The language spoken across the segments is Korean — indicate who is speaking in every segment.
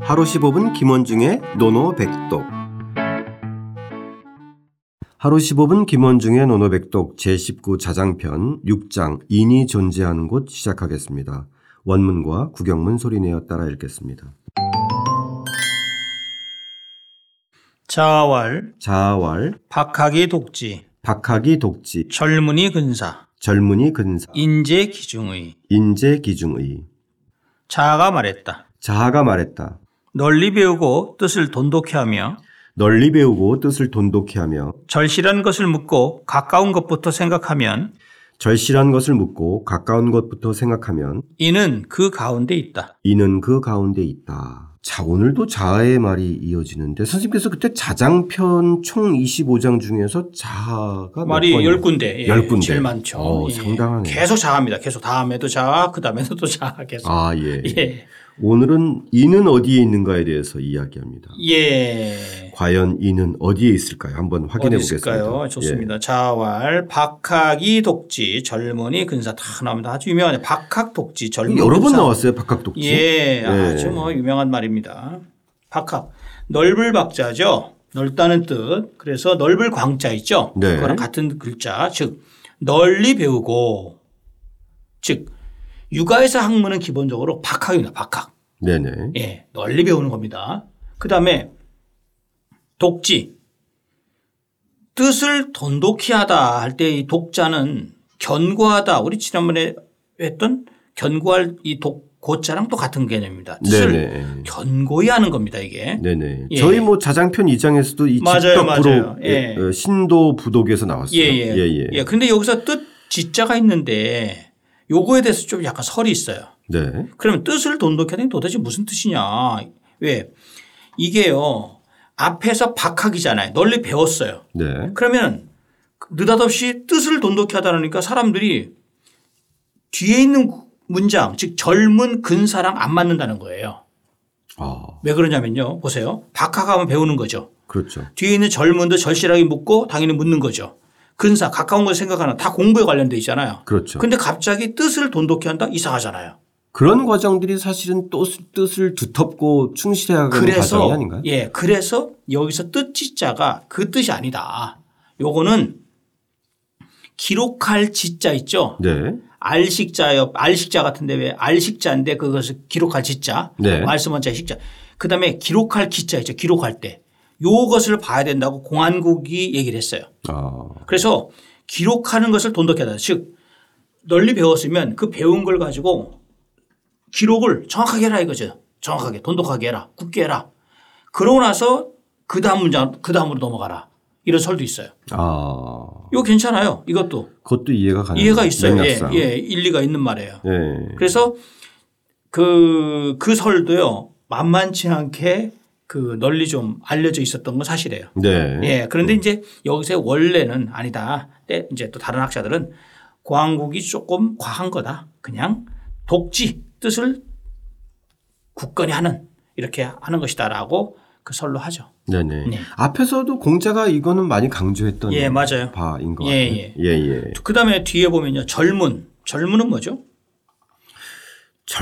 Speaker 1: 하루 15분 김원중의 노노백독 하루 15분 김원중의 노노백독 제19자장편 6장 인이 존재하는 곳 시작하겠습니다. 원문과 구경문 소리내어 따라 읽겠습니다.
Speaker 2: 자왈,
Speaker 1: 자왈,
Speaker 2: 박학의 독지,
Speaker 1: 박학이 독지,
Speaker 2: 젊은이 근사,
Speaker 1: 젊은이 근사,
Speaker 2: 인재 기중의.
Speaker 1: 인재 기중의.
Speaker 2: 자아가 말했다.
Speaker 1: 자하가 말했다.
Speaker 2: 널리 배우고 뜻을 돈독히 하며
Speaker 1: 널리 배우고 뜻을 돈독히 하며
Speaker 2: 절실한 것을 묻고 가까운 것부터 생각하면
Speaker 1: 절실한 것을 묻고 가까운 것부터 생각하면
Speaker 2: 이는 그 가운데 있다.
Speaker 1: 이는 그 가운데 있다. 자, 오늘도 자아의 말이 이어지는데 선생님께서 그때 자장편 총 25장 중에서 자아가
Speaker 2: 말이
Speaker 1: 몇 번이에요?
Speaker 2: 열 군데, 예,
Speaker 1: 열 군데.
Speaker 2: 제일 많죠.
Speaker 1: 어,
Speaker 2: 예.
Speaker 1: 상당하네.
Speaker 2: 계속 자아입니다. 계속 다음에도 자아, 그 다음에도 또 자아 계속.
Speaker 1: 아, 예.
Speaker 2: 예,
Speaker 1: 오늘은 이는 어디에 있는가에 대해서 이야기합니다.
Speaker 2: 예.
Speaker 1: 과연 이는 어디에 있을까요? 한번 확인해
Speaker 2: 어디
Speaker 1: 보겠습니다. 예.
Speaker 2: 있을까요? 좋습니다. 자활, 박학이 독지, 젊은이 근사 다 나옵니다. 아주 유명한 박학 독지,
Speaker 1: 예.
Speaker 2: 젊은이
Speaker 1: 여러 번
Speaker 2: 근사.
Speaker 1: 나왔어요, 박학독지.
Speaker 2: 예, 아주 뭐 유명한 말입니다. 박학, 넓을 박자죠. 넓다는 뜻. 그래서 넓을 광자 있죠.
Speaker 1: 네.
Speaker 2: 그거랑 같은 글자. 즉 널리 배우고 즉 육아에서 학문은 기본적으로 박학입니다. 박학.
Speaker 1: 네네.
Speaker 2: 예, 널리 배우는 겁니다. 그 다음에 독지. 뜻을 돈독히 하다 할 때 이 독자는 견고하다. 우리 지난번에 했던 견고할 이 독, 고자랑 또 같은 개념입니다. 뜻을
Speaker 1: 네네.
Speaker 2: 견고히 하는 겁니다, 이게.
Speaker 1: 네네.
Speaker 2: 예.
Speaker 1: 저희 뭐 자장편 2장에서도 이
Speaker 2: 맞아요, 맞아요.
Speaker 1: 직덕부로
Speaker 2: 예.
Speaker 1: 어, 신도 부독에서 나왔어요.
Speaker 2: 예, 예.
Speaker 1: 예, 예.
Speaker 2: 예, 근데 여기서 뜻 지자가 있는데 요거에 대해서 좀 약간 설이 있어요.
Speaker 1: 네.
Speaker 2: 그러면 뜻을 돈독히 하는 게 도대체 무슨 뜻이냐. 왜? 이게요. 앞에서 박학이잖아요. 널리 배웠어요.
Speaker 1: 네.
Speaker 2: 그러면 느닷없이 뜻을 돈독히 하다라니까 사람들이 뒤에 있는 문장, 즉 젊은 근사랑 안 맞는다는 거예요.
Speaker 1: 아,
Speaker 2: 왜 그러냐면요. 보세요. 박학하면 배우는 거죠.
Speaker 1: 그렇죠.
Speaker 2: 뒤에 있는 젊은도 절실하게 묻고 당연히 묻는 거죠. 근사, 가까운 걸 생각하는 다 공부에 관련돼 있잖아요.
Speaker 1: 그렇죠.
Speaker 2: 근데 갑자기 뜻을 돈독히 한다? 이상하잖아요.
Speaker 1: 그런 과정들이 사실은 또 수- 뜻을 두텁고 충실해야 하는 과정이
Speaker 2: 그래서
Speaker 1: 뭐 아닌가요?
Speaker 2: 예, 그래서 여기서 뜻지자가 그 뜻이 아니다. 요거는 기록할 지자 있죠.
Speaker 1: 네.
Speaker 2: 알식자요, 알식자 같은데 왜 알식자인데 그것을 기록할 지자,
Speaker 1: 네.
Speaker 2: 말씀한 자 식자. 그 다음에 기록할 기자 있죠. 기록할 때 요것을 봐야 된다고 공안국이 얘기를 했어요.
Speaker 1: 아,
Speaker 2: 그래서 기록하는 것을 돈독히 하다. 즉 널리 배웠으면 그 배운 걸 가지고 기록을 정확하게 해라 이거죠. 정확하게 돈독하게 해라. 굳게 해라. 그러고 나서 그 다음 문장 그 다음으로 넘어가라. 이런 설도 있어요.
Speaker 1: 아,
Speaker 2: 이거 괜찮아요. 이것도
Speaker 1: 그것도 이해가 가는
Speaker 2: 이해가 있어요. 예,
Speaker 1: 음, 맥락상.
Speaker 2: 예, 일리가 있는 말이에요.
Speaker 1: 예.
Speaker 2: 그래서 그, 그 설도요, 만만치 않게 그 널리 좀 알려져 있었던 건 사실이에요.
Speaker 1: 네.
Speaker 2: 예. 그런데 이제 여기서 원래는 아니다. 때 이제 또 다른 학자들은 광국이 조금 과한 거다. 그냥 독지 뜻을 굳건히 하는 이렇게 하는 것이다라고 그 설로 하죠.
Speaker 1: 네네.
Speaker 2: 네.
Speaker 1: 앞에서도 공자가 이거는 많이 강조했던
Speaker 2: 예, 맞아요.
Speaker 1: 바인 것
Speaker 2: 예,
Speaker 1: 같아요.
Speaker 2: 예.
Speaker 1: 예.
Speaker 2: 그 다음에 뒤에 보면요. 젊은. 젊은은 뭐죠?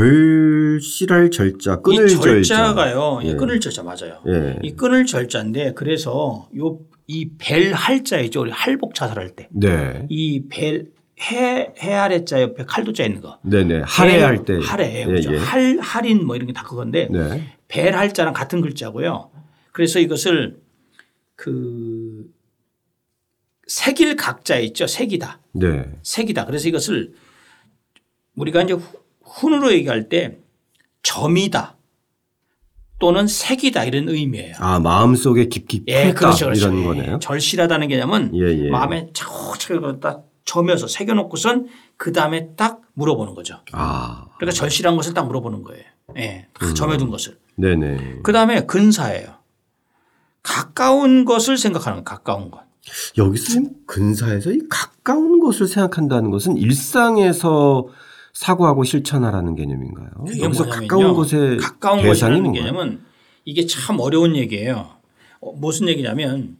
Speaker 1: 절실할 절자, 끊을
Speaker 2: 이 절자가요. 예,
Speaker 1: 예.
Speaker 2: 끊을 절자 맞아요.
Speaker 1: 예.
Speaker 2: 이 끊을 절자인데 그래서 요 이 벨 할자 있죠. 우리 할복 자살할
Speaker 1: 네.
Speaker 2: 때 이 벨해 해아래자 옆에 칼도자 있는 거.
Speaker 1: 네네. 할애할 때.
Speaker 2: 벨, 할애.
Speaker 1: 예,
Speaker 2: 그렇죠.
Speaker 1: 예.
Speaker 2: 할 할인 뭐 이런 게 다 그건데
Speaker 1: 네.
Speaker 2: 벨 할자랑 같은 글자고요. 그래서 이것을 그 색일 각자 있죠. 색이다.
Speaker 1: 네.
Speaker 2: 색이다. 그래서 이것을 우리가 이제 후- 훈으로 얘기할 때 점이다 또는 색이다 이런 의미예요.
Speaker 1: 아, 마음속에 깊이 품다
Speaker 2: 예, 그렇죠, 그렇죠.
Speaker 1: 이런
Speaker 2: 예,
Speaker 1: 거네요.
Speaker 2: 절실하다는 게냐면
Speaker 1: 예, 예.
Speaker 2: 마음에 차곡차곡 딱 점여서 새겨놓고선 그 다음에 딱 물어보는 거죠.
Speaker 1: 아,
Speaker 2: 그러니까 절실한 것을 딱 물어보는 거예요. 예, 다
Speaker 1: 음.
Speaker 2: 점여둔 것을.
Speaker 1: 네네.
Speaker 2: 그 다음에 근사예요. 가까운 것을 생각하는 거, 가까운 것.
Speaker 1: 여기서 지금 근사에서 이 가까운 것을 생각한다는 것은 일상에서 사고하고 실천하라는 개념인가요?
Speaker 2: 그게
Speaker 1: 네, 여기서
Speaker 2: 뭐냐면요.
Speaker 1: 가까운 것에
Speaker 2: 가까운
Speaker 1: 대상이
Speaker 2: 것이라는
Speaker 1: 뭔가요?
Speaker 2: 개념은 이게 참 어려운 얘기예요. 어, 무슨 얘기냐면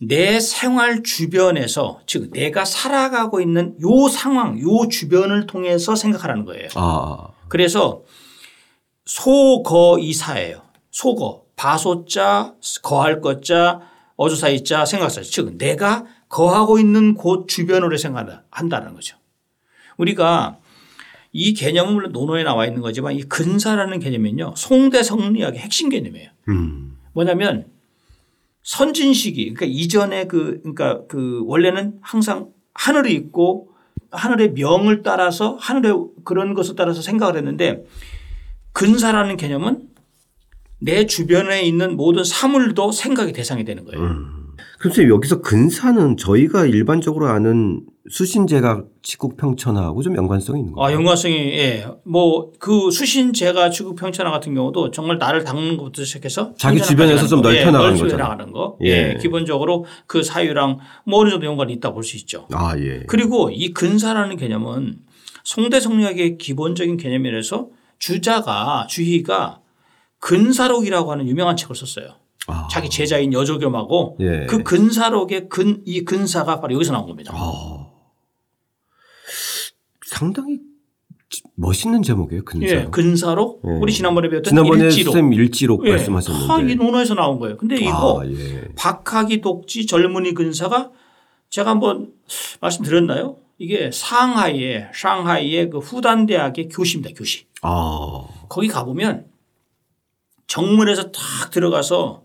Speaker 2: 내 생활 주변에서 즉 내가 살아가고 있는 요 상황, 요 주변을 통해서 생각하라는 거예요.
Speaker 1: 아,
Speaker 2: 그래서 소거이사예요. 소거 바소자 거할 것자 어조사이자 생각사 즉 내가 거하고 있는 곳 주변으로 생각한다는 거죠. 우리가 이 개념은 물론 논어에 나와 있는 거지만 이 근사라는 개념은요 송대성리학의 핵심 개념이에요.
Speaker 1: 음.
Speaker 2: 뭐냐면 선진 시기 그러니까 이전에 그 그러니까 그 원래는 항상 하늘이 있고 하늘의 명을 따라서 하늘의 그런 것을 따라서 생각을 했는데 근사라는 개념은 내 주변에 있는 모든 사물도 생각의 대상이 되는 거예요.
Speaker 1: 음. 그럼 선생님 여기서 근사는 저희가 일반적으로 아는 수신제가 직국평천하고 좀 연관성이 있는 거예요.
Speaker 2: 아, 연관성이 예. 뭐 그 수신 제가 취급 평천화 같은 경우도 정말 나를 닦는 것부터 시작해서
Speaker 1: 자기
Speaker 2: 평천화까지
Speaker 1: 주변에서
Speaker 2: 가는
Speaker 1: 좀
Speaker 2: 거. 예,
Speaker 1: 넓혀나가는
Speaker 2: 넓혀
Speaker 1: 거잖아요.
Speaker 2: 나가는 거.
Speaker 1: 예.
Speaker 2: 예. 기본적으로 그 사유랑 뭐 어느 정도 연관이 있다 볼 수 있죠.
Speaker 1: 아 예.
Speaker 2: 그리고 이 근사라는 개념은 송대성리학의 기본적인 개념이라서 주자가 주희가 근사록이라고 하는 유명한 책을 썼어요.
Speaker 1: 아.
Speaker 2: 자기 제자인 여조겸하고
Speaker 1: 예.
Speaker 2: 그 근사록의 근 이 근사가 바로 여기서 나온 겁니다.
Speaker 1: 아. 상당히 지- 멋있는 제목이에요. 근사.
Speaker 2: 예, 근사록
Speaker 1: 예.
Speaker 2: 우리 지난번에 배웠던
Speaker 1: 지난번에
Speaker 2: 일지록.
Speaker 1: 선생님 일지록
Speaker 2: 예, 다
Speaker 1: 말씀하셨는데.
Speaker 2: 이 논어에서 나온 거예요. 근데 이거
Speaker 1: 아, 예.
Speaker 2: 박학이 독지 젊은이 근사가 제가 한번 말씀드렸나요? 이게 상하이의 상하이의 그 후단 대학의 교시입니다. 교시.
Speaker 1: 아.
Speaker 2: 거기 가보면 정문에서 탁 들어가서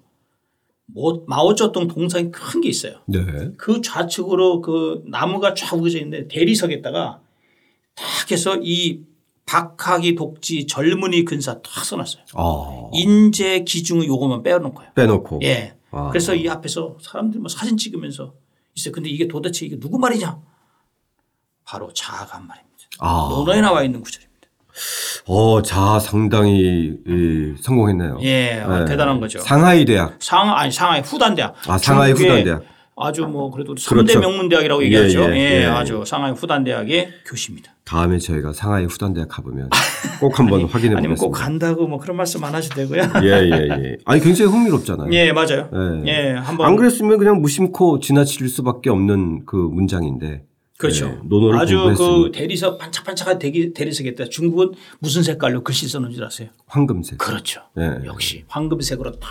Speaker 2: 뭐 마오쩌둥 동상이 큰 게 있어요.
Speaker 1: 네.
Speaker 2: 그 좌측으로 그 나무가 좌우겨져 있는데 대리석에다가 탁 해서 이 박학이 독지 젊은이 근사 탁 써놨어요.
Speaker 1: 아.
Speaker 2: 인재 기중의 요거만 빼놓은 거예요.
Speaker 1: 빼놓고.
Speaker 2: 예.
Speaker 1: 아.
Speaker 2: 그래서 이 앞에서 사람들이 뭐 사진 찍으면서 있어요. 근데 이게 도대체 이게 누구 말이냐? 바로 자아간 말입니다.
Speaker 1: 아.
Speaker 2: 논어에 나와 있는 구절입니다.
Speaker 1: 어, 자 상당히 예, 성공했네요.
Speaker 2: 예, 아,
Speaker 1: 예.
Speaker 2: 대단한 거죠.
Speaker 1: 상하이 대학.
Speaker 2: 상 아니 상하이 후단대학.
Speaker 1: 아, 상하이
Speaker 2: 중국의
Speaker 1: 후단대학.
Speaker 2: 아주 뭐 그래도 삼대
Speaker 1: 그렇죠.
Speaker 2: 명문대학이라고
Speaker 1: 예,
Speaker 2: 얘기하죠. 예,
Speaker 1: 예, 예.
Speaker 2: 아주 상하이 후단대학의 교수입니다.
Speaker 1: 다음에 저희가 상하이 후단대학 가보면 꼭 한번 확인해
Speaker 2: 아니면 꼭
Speaker 1: 보겠습니다.
Speaker 2: 간다고 뭐 그런 말씀 안 하셔도 되고요.
Speaker 1: 예, 예, 예. 아니 굉장히 흥미롭잖아요.
Speaker 2: 예, 맞아요.
Speaker 1: 예.
Speaker 2: 예,
Speaker 1: 네. 안
Speaker 2: 한번
Speaker 1: 그랬으면 그냥 무심코 지나칠 수밖에 없는 그 문장인데.
Speaker 2: 그렇죠.
Speaker 1: 예, 논어를
Speaker 2: 아주
Speaker 1: 공부했으니
Speaker 2: 그 대리석 반짝반짝한 대기, 대리석에다 중국은 무슨 색깔로 글씨 썼는지 아세요?
Speaker 1: 네. 황금색.
Speaker 2: 그렇죠.
Speaker 1: 예.
Speaker 2: 역시 황금색으로 딱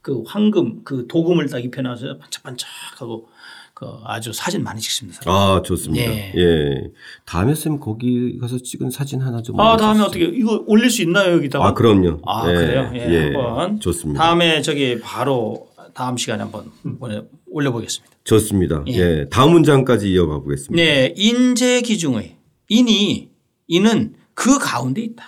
Speaker 2: 그 황금 그 도금을 딱 입혀놔서 반짝반짝하고 그 아주 사진 많이 찍습니다.
Speaker 1: 아 좋습니다. 예.
Speaker 2: 예.
Speaker 1: 다음에 쌤 거기 가서 찍은 사진 하나 좀.
Speaker 2: 아
Speaker 1: 올려주세요.
Speaker 2: 다음에 어떻게 이거 올릴 수 있나요 여기다가?
Speaker 1: 아 그럼요.
Speaker 2: 아, 그래요? 예, 한번.
Speaker 1: 좋습니다.
Speaker 2: 다음에 저기 바로 다음 시간에 한번 보내- 올려보겠습니다.
Speaker 1: 좋습니다. 예. 다음 문장까지 이어가 보겠습니다.
Speaker 2: 네, 인재 기중의 인이 이는 그 가운데 있다.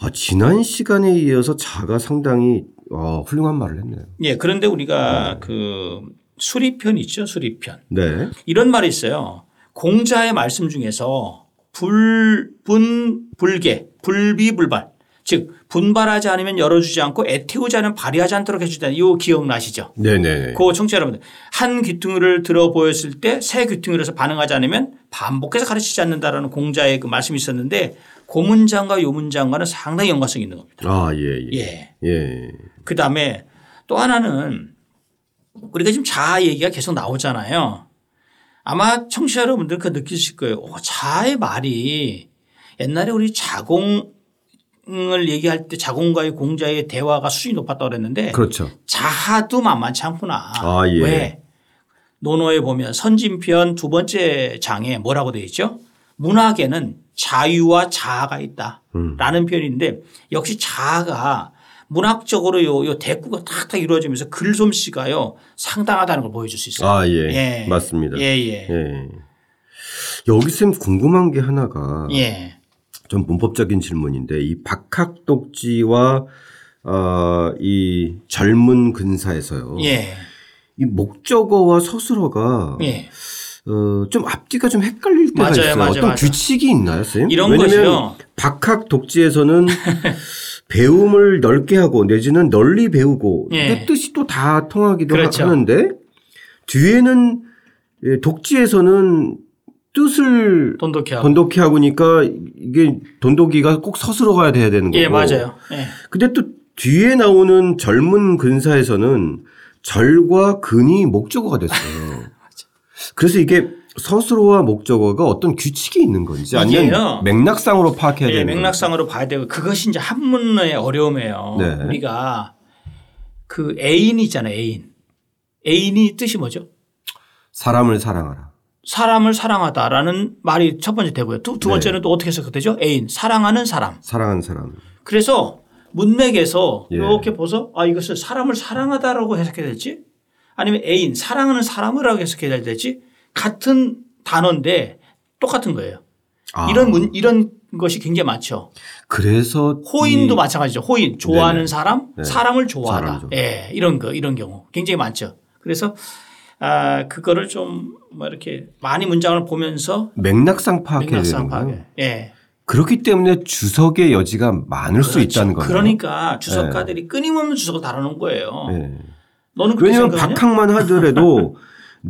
Speaker 1: 아 지난 시간에 이어서 자가 상당히 아, 훌륭한 말을 했네요.
Speaker 2: 예, 그런데 우리가 그 수리편 있죠, 수리편.
Speaker 1: 네.
Speaker 2: 이런 말이 있어요. 공자의 말씀 중에서 불분 불계 불비불발 즉 분발하지 않으면 열어주지 않고 애태우지 않으면 발휘하지 않도록 해주다. 이거 기억나시죠?
Speaker 1: 네네.
Speaker 2: 그 청취자 여러분들 한 귀퉁이를 들어 보였을 때 새 귀퉁이로서 반응하지 않으면 반복해서 가르치지 않는다라는 공자의 그 말씀이 있었는데 고문장과 요문장과는 상당히 연관성이 있는 겁니다.
Speaker 1: 아 예. 예.
Speaker 2: 예.
Speaker 1: 예.
Speaker 2: 그 다음에 또 하나는 우리가 지금 자아 얘기가 계속 나오잖아요. 아마 청취자 여러분들 그 느끼실 거예요. 오, 자아의 말이 옛날에 우리 자공을 얘기할 때 자공과의 공자의 대화가 수준이 높았다고 그랬는데
Speaker 1: 그렇죠.
Speaker 2: 자아도 만만치 않구나.
Speaker 1: 아, 예.
Speaker 2: 왜? 논어에 보면 선진편 두 번째 장에 뭐라고 되어 있죠? 문학에는 자유와 자아가 있다.
Speaker 1: 음.
Speaker 2: 라는 표현인데 역시 자아가 문학적으로 요, 요 대꾸가 탁탁 이루어지면서 글솜씨가요 상당하다는 걸 보여줄 수 있어요.
Speaker 1: 아 예. 맞습니다.
Speaker 2: 예, 예.
Speaker 1: 예. 여기 쌤 궁금한 게 하나가
Speaker 2: 예.
Speaker 1: 좀 문법적인 질문인데 이 박학독지와 어, 이 젊은 근사에서요.
Speaker 2: 예.
Speaker 1: 이 목적어와 서술어가
Speaker 2: 예.
Speaker 1: 어, 좀 앞뒤가 좀 헷갈릴 때가
Speaker 2: 맞아요,
Speaker 1: 있어요.
Speaker 2: 맞아요,
Speaker 1: 어떤
Speaker 2: 맞아요.
Speaker 1: 규칙이 있나요, 쌤?
Speaker 2: 이런
Speaker 1: 왜냐면
Speaker 2: 것이요.
Speaker 1: 박학독지에서는 배움을 넓게 하고 내지는 널리 배우고
Speaker 2: 예.
Speaker 1: 그 뜻이 또 다 통하기도 하-
Speaker 2: 그렇죠.
Speaker 1: 하는데 뒤에는 예, 독지에서는 뜻을
Speaker 2: 돈독히 하고.
Speaker 1: 돈독히 하고니까 이게 돈독이가 꼭 서술어가 돼야 되는 거고.
Speaker 2: 예, 맞아요. 예.
Speaker 1: 근데 또 뒤에 나오는 젊은 근사에서는 절과 근이 목적어가 됐어요. 그래서 이게 서술어와 목적어가 어떤 규칙이 있는 건지 아니면
Speaker 2: 이게요.
Speaker 1: 맥락상으로 파악해야
Speaker 2: 예,
Speaker 1: 되는
Speaker 2: 맥락상으로 봐야 되고 그것이 이제 한문의 어려움이에요.
Speaker 1: 네.
Speaker 2: 우리가 그 애인이 있잖아요. 애인. 애인이 뜻이 뭐죠?
Speaker 1: 사람을 사랑하라.
Speaker 2: 사람을 사랑하다라는 말이 첫 번째 되고요. 두, 두
Speaker 1: 네.
Speaker 2: 번째는 또 어떻게 해석되죠? 애인. 사랑하는 사람.
Speaker 1: 사랑한 사람.
Speaker 2: 그래서 문맥에서
Speaker 1: 예.
Speaker 2: 이렇게 보서 아 이것을 사람을 사랑하다라고 해석해야 될지 아니면 애인 사랑하는 사람이라고 해석해야 될지 같은 단어인데 똑같은 거예요.
Speaker 1: 아,
Speaker 2: 이런 문, 이런 것이 굉장히 많죠.
Speaker 1: 그래서
Speaker 2: 호인도
Speaker 1: 이-
Speaker 2: 마찬가지죠. 호인 좋아하는
Speaker 1: 음. 네네.
Speaker 2: 사람,
Speaker 1: 네.
Speaker 2: 사람을 좋아하다.
Speaker 1: 사람을 좋아하다.
Speaker 2: 예, 이런 거 이런 경우 굉장히 많죠. 그래서 아 그거를 좀뭐 이렇게 많이 문장을 보면서
Speaker 1: 맥락상 파악해야 되는
Speaker 2: 맥락상
Speaker 1: 거예요.
Speaker 2: 파악해. 예,
Speaker 1: 그렇기 때문에 주석의 여지가 많을 수 있다는 거예요.
Speaker 2: 그렇죠. 그러니까 주석가들이 끊임없는 주석을 달아놓은 거예요.
Speaker 1: 예.
Speaker 2: 너는 그렇게
Speaker 1: 왜냐하면
Speaker 2: 생각하냐?
Speaker 1: 박학만 하더라도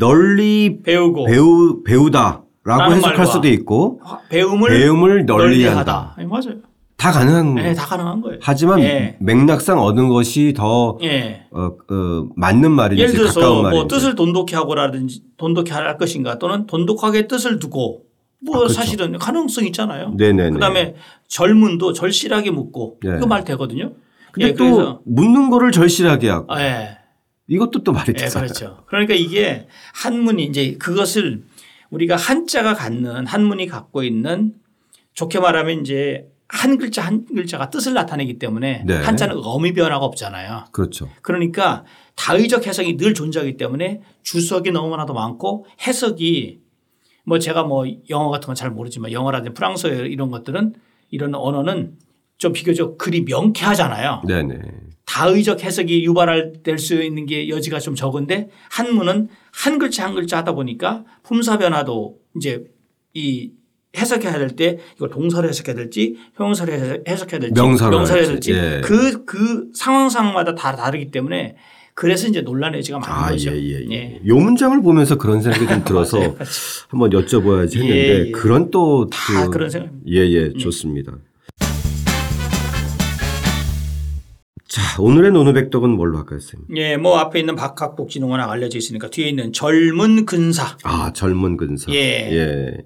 Speaker 1: 널리
Speaker 2: 배우고
Speaker 1: 배우 배우다라고
Speaker 2: 어. 라는
Speaker 1: 해석할
Speaker 2: 말과
Speaker 1: 수도 있고
Speaker 2: 화- 배움을
Speaker 1: 배움을 널리
Speaker 2: 널리하다.
Speaker 1: 한다. 음.
Speaker 2: 아니, 맞아요.
Speaker 1: 다 가능한
Speaker 2: 예,
Speaker 1: 거예요.
Speaker 2: 다 가능한 거예요.
Speaker 1: 하지만
Speaker 2: 예.
Speaker 1: 맥락상 얻은 것이 더
Speaker 2: 예.
Speaker 1: 어, 어, 맞는 말이지
Speaker 2: 예를 들어서
Speaker 1: 가까운 말이지.
Speaker 2: 뭐 뜻을 돈독히 하고라든지 돈독히 할 것인가 또는 돈독하게 뜻을 두고 뭐
Speaker 1: 아, 그렇죠.
Speaker 2: 사실은 가능성 있잖아요.
Speaker 1: 네네네.
Speaker 2: 그다음에 젊은도 절실하게 묻고
Speaker 1: 네.
Speaker 2: 그 말 되거든요.
Speaker 1: 근데
Speaker 2: 예,
Speaker 1: 또
Speaker 2: 그래서
Speaker 1: 묻는 거를 절실하게 하고
Speaker 2: 아, 예.
Speaker 1: 이것도 또 말이
Speaker 2: 예,
Speaker 1: 되잖아요.
Speaker 2: 그렇죠. 그러니까 이게 한문이 이제 그것을 우리가 한자가 갖는 한문이 갖고 있는 좋게 말하면 이제 한 글자 한 글자가 뜻을 나타내기 때문에
Speaker 1: 네.
Speaker 2: 한자는 어미 변화가 없잖아요.
Speaker 1: 그렇죠.
Speaker 2: 그러니까 다의적 해석이 늘 존재하기 때문에 주석이 너무나도 많고 해석이 뭐 제가 뭐 영어 같은 건 잘 모르지만 영어라든지 프랑스어 이런 것들은 이런 언어는 좀 비교적 글이 명쾌하잖아요.
Speaker 1: 네네.
Speaker 2: 다의적 해석이 유발할 될 수 있는 게 여지가 좀 적은데 한문은 한 글자 한 글자 하다 보니까 품사 변화도 이제 이 해석해야 될 때 이걸 동사로 해석해야 될지 형용사로 해석- 해석해야 될지
Speaker 1: 명사로
Speaker 2: 해야
Speaker 1: 할지.
Speaker 2: 될지
Speaker 1: 예.
Speaker 2: 그 그 상황 상황마다 다 다르기 때문에 그래서 이제 논란의 여지가 많은
Speaker 1: 아, 예,
Speaker 2: 거죠.
Speaker 1: 예,
Speaker 2: 예. 그렇죠.
Speaker 1: 예. 요 문장을 보면서 그런 생각이 좀 들어서 한번 여쭤봐야지 했는데
Speaker 2: 예, 예.
Speaker 1: 그런 또.
Speaker 2: 다
Speaker 1: 그-
Speaker 2: 그런 생각. 음.
Speaker 1: 예, 예, 좋습니다. 자, 오늘의 노노백덕은 뭘로 할까요, 선생님?
Speaker 2: 예, 뭐 앞에 있는 박학복진흥원학 알려져 있으니까 뒤에 있는 젊은 근사.
Speaker 1: 아, 젊은 근사.
Speaker 2: 예.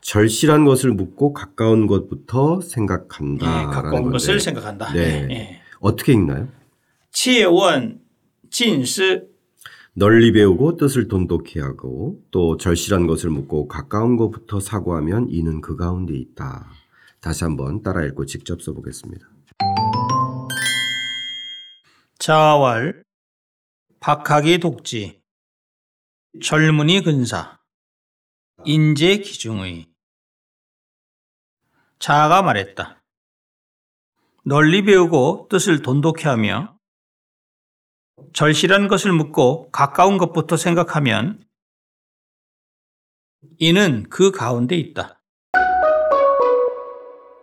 Speaker 1: 절실한 것을 묻고 가까운 것부터
Speaker 2: 예,
Speaker 1: 생각한다.
Speaker 2: 가까운 것을 생각한다.
Speaker 1: 아, 네.
Speaker 2: 예.
Speaker 1: 어떻게 읽나요?
Speaker 2: 치예원 진스
Speaker 1: 널리 배우고 뜻을 돈독히 하고 또 절실한 것을 묻고 가까운 것부터 사고하면 이는 그 가운데 있다. 다시 한번 따라 읽고 직접 써보겠습니다.
Speaker 2: 자왈 박학의 독지 젊은이 근사 인재 기중의 자아가 말했다. 널리 배우고 뜻을 돈독히 하며 절실한 것을 묻고 가까운 것부터 생각하면 이는 그 가운데 있다.